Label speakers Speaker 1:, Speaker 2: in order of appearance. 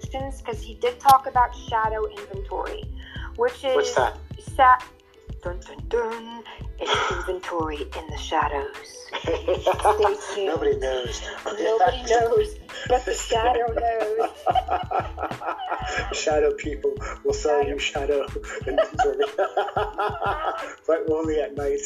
Speaker 1: questions because he did talk about shadow inventory, which is
Speaker 2: What's that?
Speaker 1: Sa- dun, dun, dun. It's inventory in the shadows. tuned.
Speaker 2: Nobody knows.
Speaker 1: Nobody knows, but the shadow knows.
Speaker 2: shadow people will sell you shadow inventory, but only at night.